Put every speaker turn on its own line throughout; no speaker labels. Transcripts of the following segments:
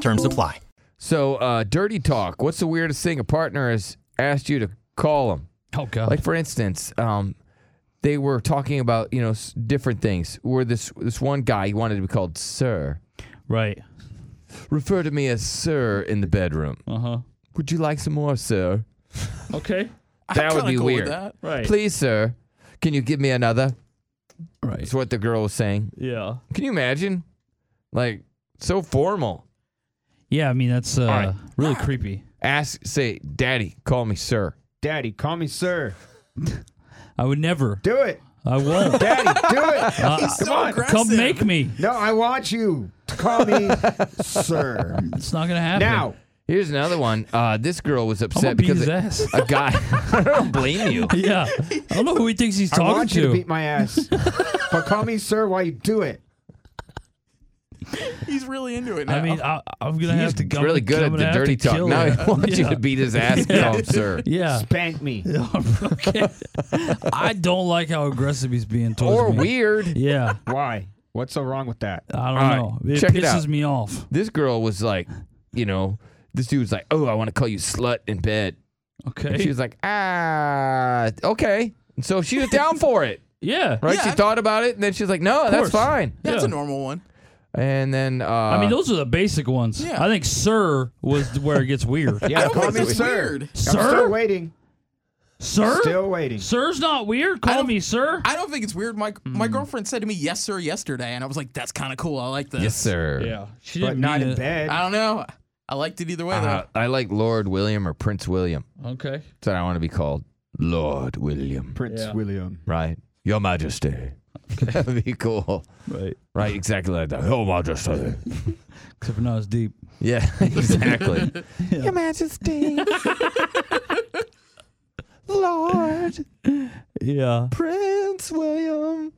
Terms apply.
So, uh, dirty talk. What's the weirdest thing a partner has asked you to call them?
Oh god.
Like for instance, um, they were talking about you know s- different things. Where this this one guy he wanted to be called sir.
right.
Refer to me as sir in the bedroom.
Uh huh.
Would you like some more, sir?
Okay.
That would
kinda
be
cool with
weird.
that.
Right.
Please, sir, can you give me another?
Right.
That's what the girl was saying.
Yeah.
Can you imagine? Like so formal.
Yeah. I mean, that's uh,
right.
really creepy.
Ask, say, Daddy, call me sir.
Daddy, call me sir.
I would never.
Do it.
I won't.
Daddy, do it.
Uh, So aggressive.
Come make me.
No, I want you to call me sir.
It's not gonna happen.
Now,
Here's another one. Uh, this girl was
I'm gonna
upset
beat
because
his
a-
ass.
a guy. I don't blame you.
yeah. I don't know who he thinks he's
I
talking
want you to beat my ass, but call me sir while you do it.
He's really into it now.
I mean, I, I'm gonna
He's
have to. I'm
really good
gonna
at the
have to
dirty talk.
kill
Now
her.
he wants you
Yeah.
to beat his ass,
Yeah.
Tom, sir.
Yeah.
Spank me.
okay. I don't like how aggressive he's being towards
Or
me.
weird.
Yeah.
Why? What's so wrong with that?
I don't
All right,
know. It
check it
pisses
out.
me off.
This girl was like, you know, this dude was like, oh, I want to call you slut in bed. And she
Okay.
was like, ah, okay. And so she was down for it,
Yeah.
right?
Yeah,
she
I-
thought about it, and then she's like, no, that's
course.
fine.
that's
yeah.
a normal one.
And then, uh,
I mean, those are the basic ones.
Yeah.
I think "sir" was where it gets weird.
I
Yeah,
don't
call
think
me
that's
sir.
weird.
I'm still
Sir,
waiting.
sir,
Still waiting.
sir's not weird. Call
don't-
me sir.
I don't think it's weird. My
Mm.
my girlfriend said to me, "Yes, sir," yesterday, and I was like, "That's kind of cool. I like this."
yes, sir.
yeah, she
But
didn't
not
mean
in
it.
bed.
I don't know. I liked it either way, though.
Uh, I like Lord William or Prince William.
Okay.
That's what I want to be called. Lord William.
Prince
Yeah.
William.
Right. Your Majesty. That'd be cool.
Right.
Right, exactly like that. Your Majesty.
Except for not as deep.
Yeah, exactly. Your Majesty. Lord
Yeah.
Prince William.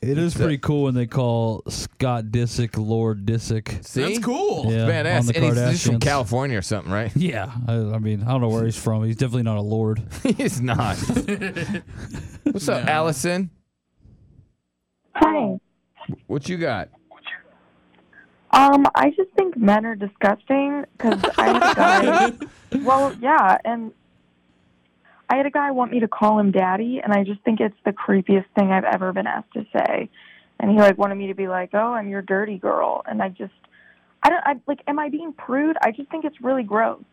It is pretty cool when they call Scott Disick Lord Disick.
See?
That's cool.
Yeah, on
Badass.
the
And he's, he's from
Kardashians.
California or something, right?
Yeah, I, I mean, I don't know where he's from. He's definitely not a lord.
he's not. What's up,
No.
Allison?
Hi.
What you got?
Um, I just think men are disgusting because I had a guy. well, yeah, and I had a guy want me to call him daddy, and I just think it's the creepiest thing I've ever been asked to say. And he like wanted me to be like, "Oh, I'm your dirty girl," and I just, I don't, I like, am I being prude? I just think it's really gross.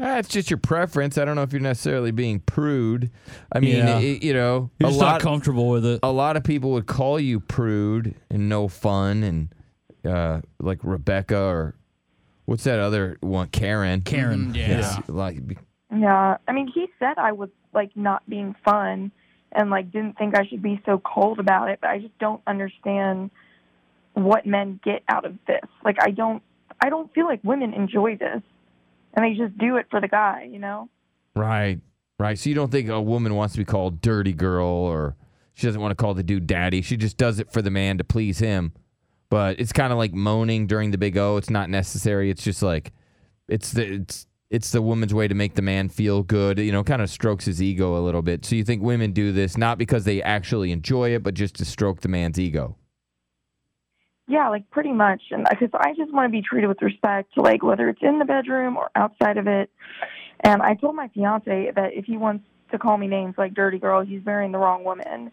Ah, it's just your preference. I don't know if you're necessarily being prude. I mean,
Yeah.
it- you know,
He's
a
just not
lot
comfortable with it.
a lot of people would call you prude and no fun and uh, like Rebecca or what's that other one? Karen.
Karen.
yeah.
Yes, Like be-
Yeah, I mean, he said I was like not being fun and like didn't think I should be so cold about it, but I just don't understand what men get out of this. Like I don't I don't feel like women enjoy this. And they just do it for the guy, you know?
right, right. So you don't think a woman wants to be called dirty girl or she doesn't want to call the dude daddy. She just does it for the man to please him. But it's kind of like moaning during the big O. It's not necessary. It's just like it's the it's it's the woman's way to make the man feel good. You know, kind of strokes his ego a little bit. So you think women do this not because they actually enjoy it, but just to stroke the man's ego.
Yeah, like pretty much. And because I just want to be treated with respect, like whether it's in the bedroom or outside of it. And I told my fiance that if he wants to call me names like dirty girl, he's marrying the wrong woman.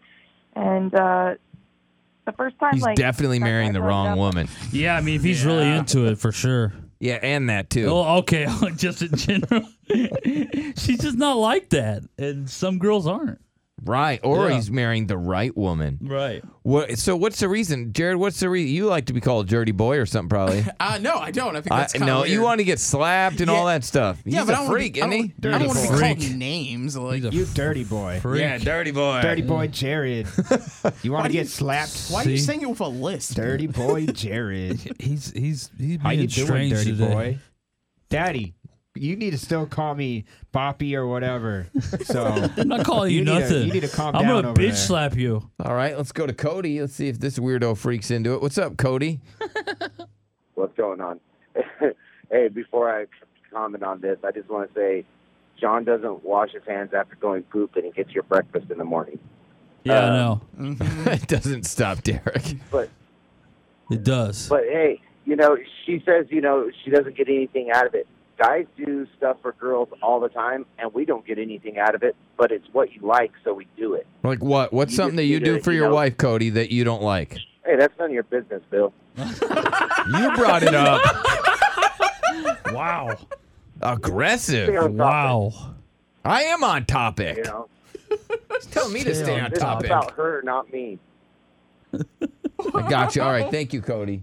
And uh the first time
He's
like
definitely
that guy
marrying the
brought it
wrong
up,
woman.
Yeah, I mean, if he's really into it, for sure.
Yeah, and that too.
Oh, okay, just in general. She's just not like that, and some girls aren't.
Right, or
Yeah.
he's marrying the right woman.
Right.
What? So what's the reason, Jared? What's the reason you like to be called a dirty boy or something? Probably.
Uh, no, I don't. I think
I,
that's kinda
no,
weird.
you want to get slapped and
Yeah.
all that stuff.
Yeah,
he's
but
a
I don't
freak,
wanna
isn't
be,
he?
I don't, I
Dirty
don't want to be
boy.
called
Freak.
names. Like,
He's a
You dirty boy.
freak.
Yeah, dirty boy.
Dirty boy Jared. You want
Why
to
do
get
you-
slapped?
why are you
See?
saying it with a list?
Dirty boy Jared.
He's he's he's
How
being
you doing,
strange
dirty
today.
boy? Daddy, you need to still call me Boppy or whatever. So
I'm not calling you,
You need to-
nothing.
you need to calm
I'm
down
gonna
over
bitch
there.
slap you.
All right, let's go to Cody. Let's see if this weirdo freaks into it. What's up, Cody?
what's going on. hey, before I comment on this, I just want to say John doesn't wash his hands after going poop and he gets your breakfast in the morning.
Yeah, I know.
Mm.
it doesn't stop, Derek.
But
It does.
but hey, you know, she says, you know, she doesn't get anything out of it. Guys do stuff for girls all the time and we don't get anything out of it, but it's what you like, so we do it.
Like what? What's
You
something
just
that you
need
do
to,
for
you
your
know-
wife, Cody, that you don't like?
Hey, that's none of your business, Bill.
You brought it up.
wow.
Stay
Aggressive.
on topic,
Wow.
I am on topic.
you know.
Tell me to stay on
This is
topic.
about her, not me.
I got you. All right, thank you, Cody.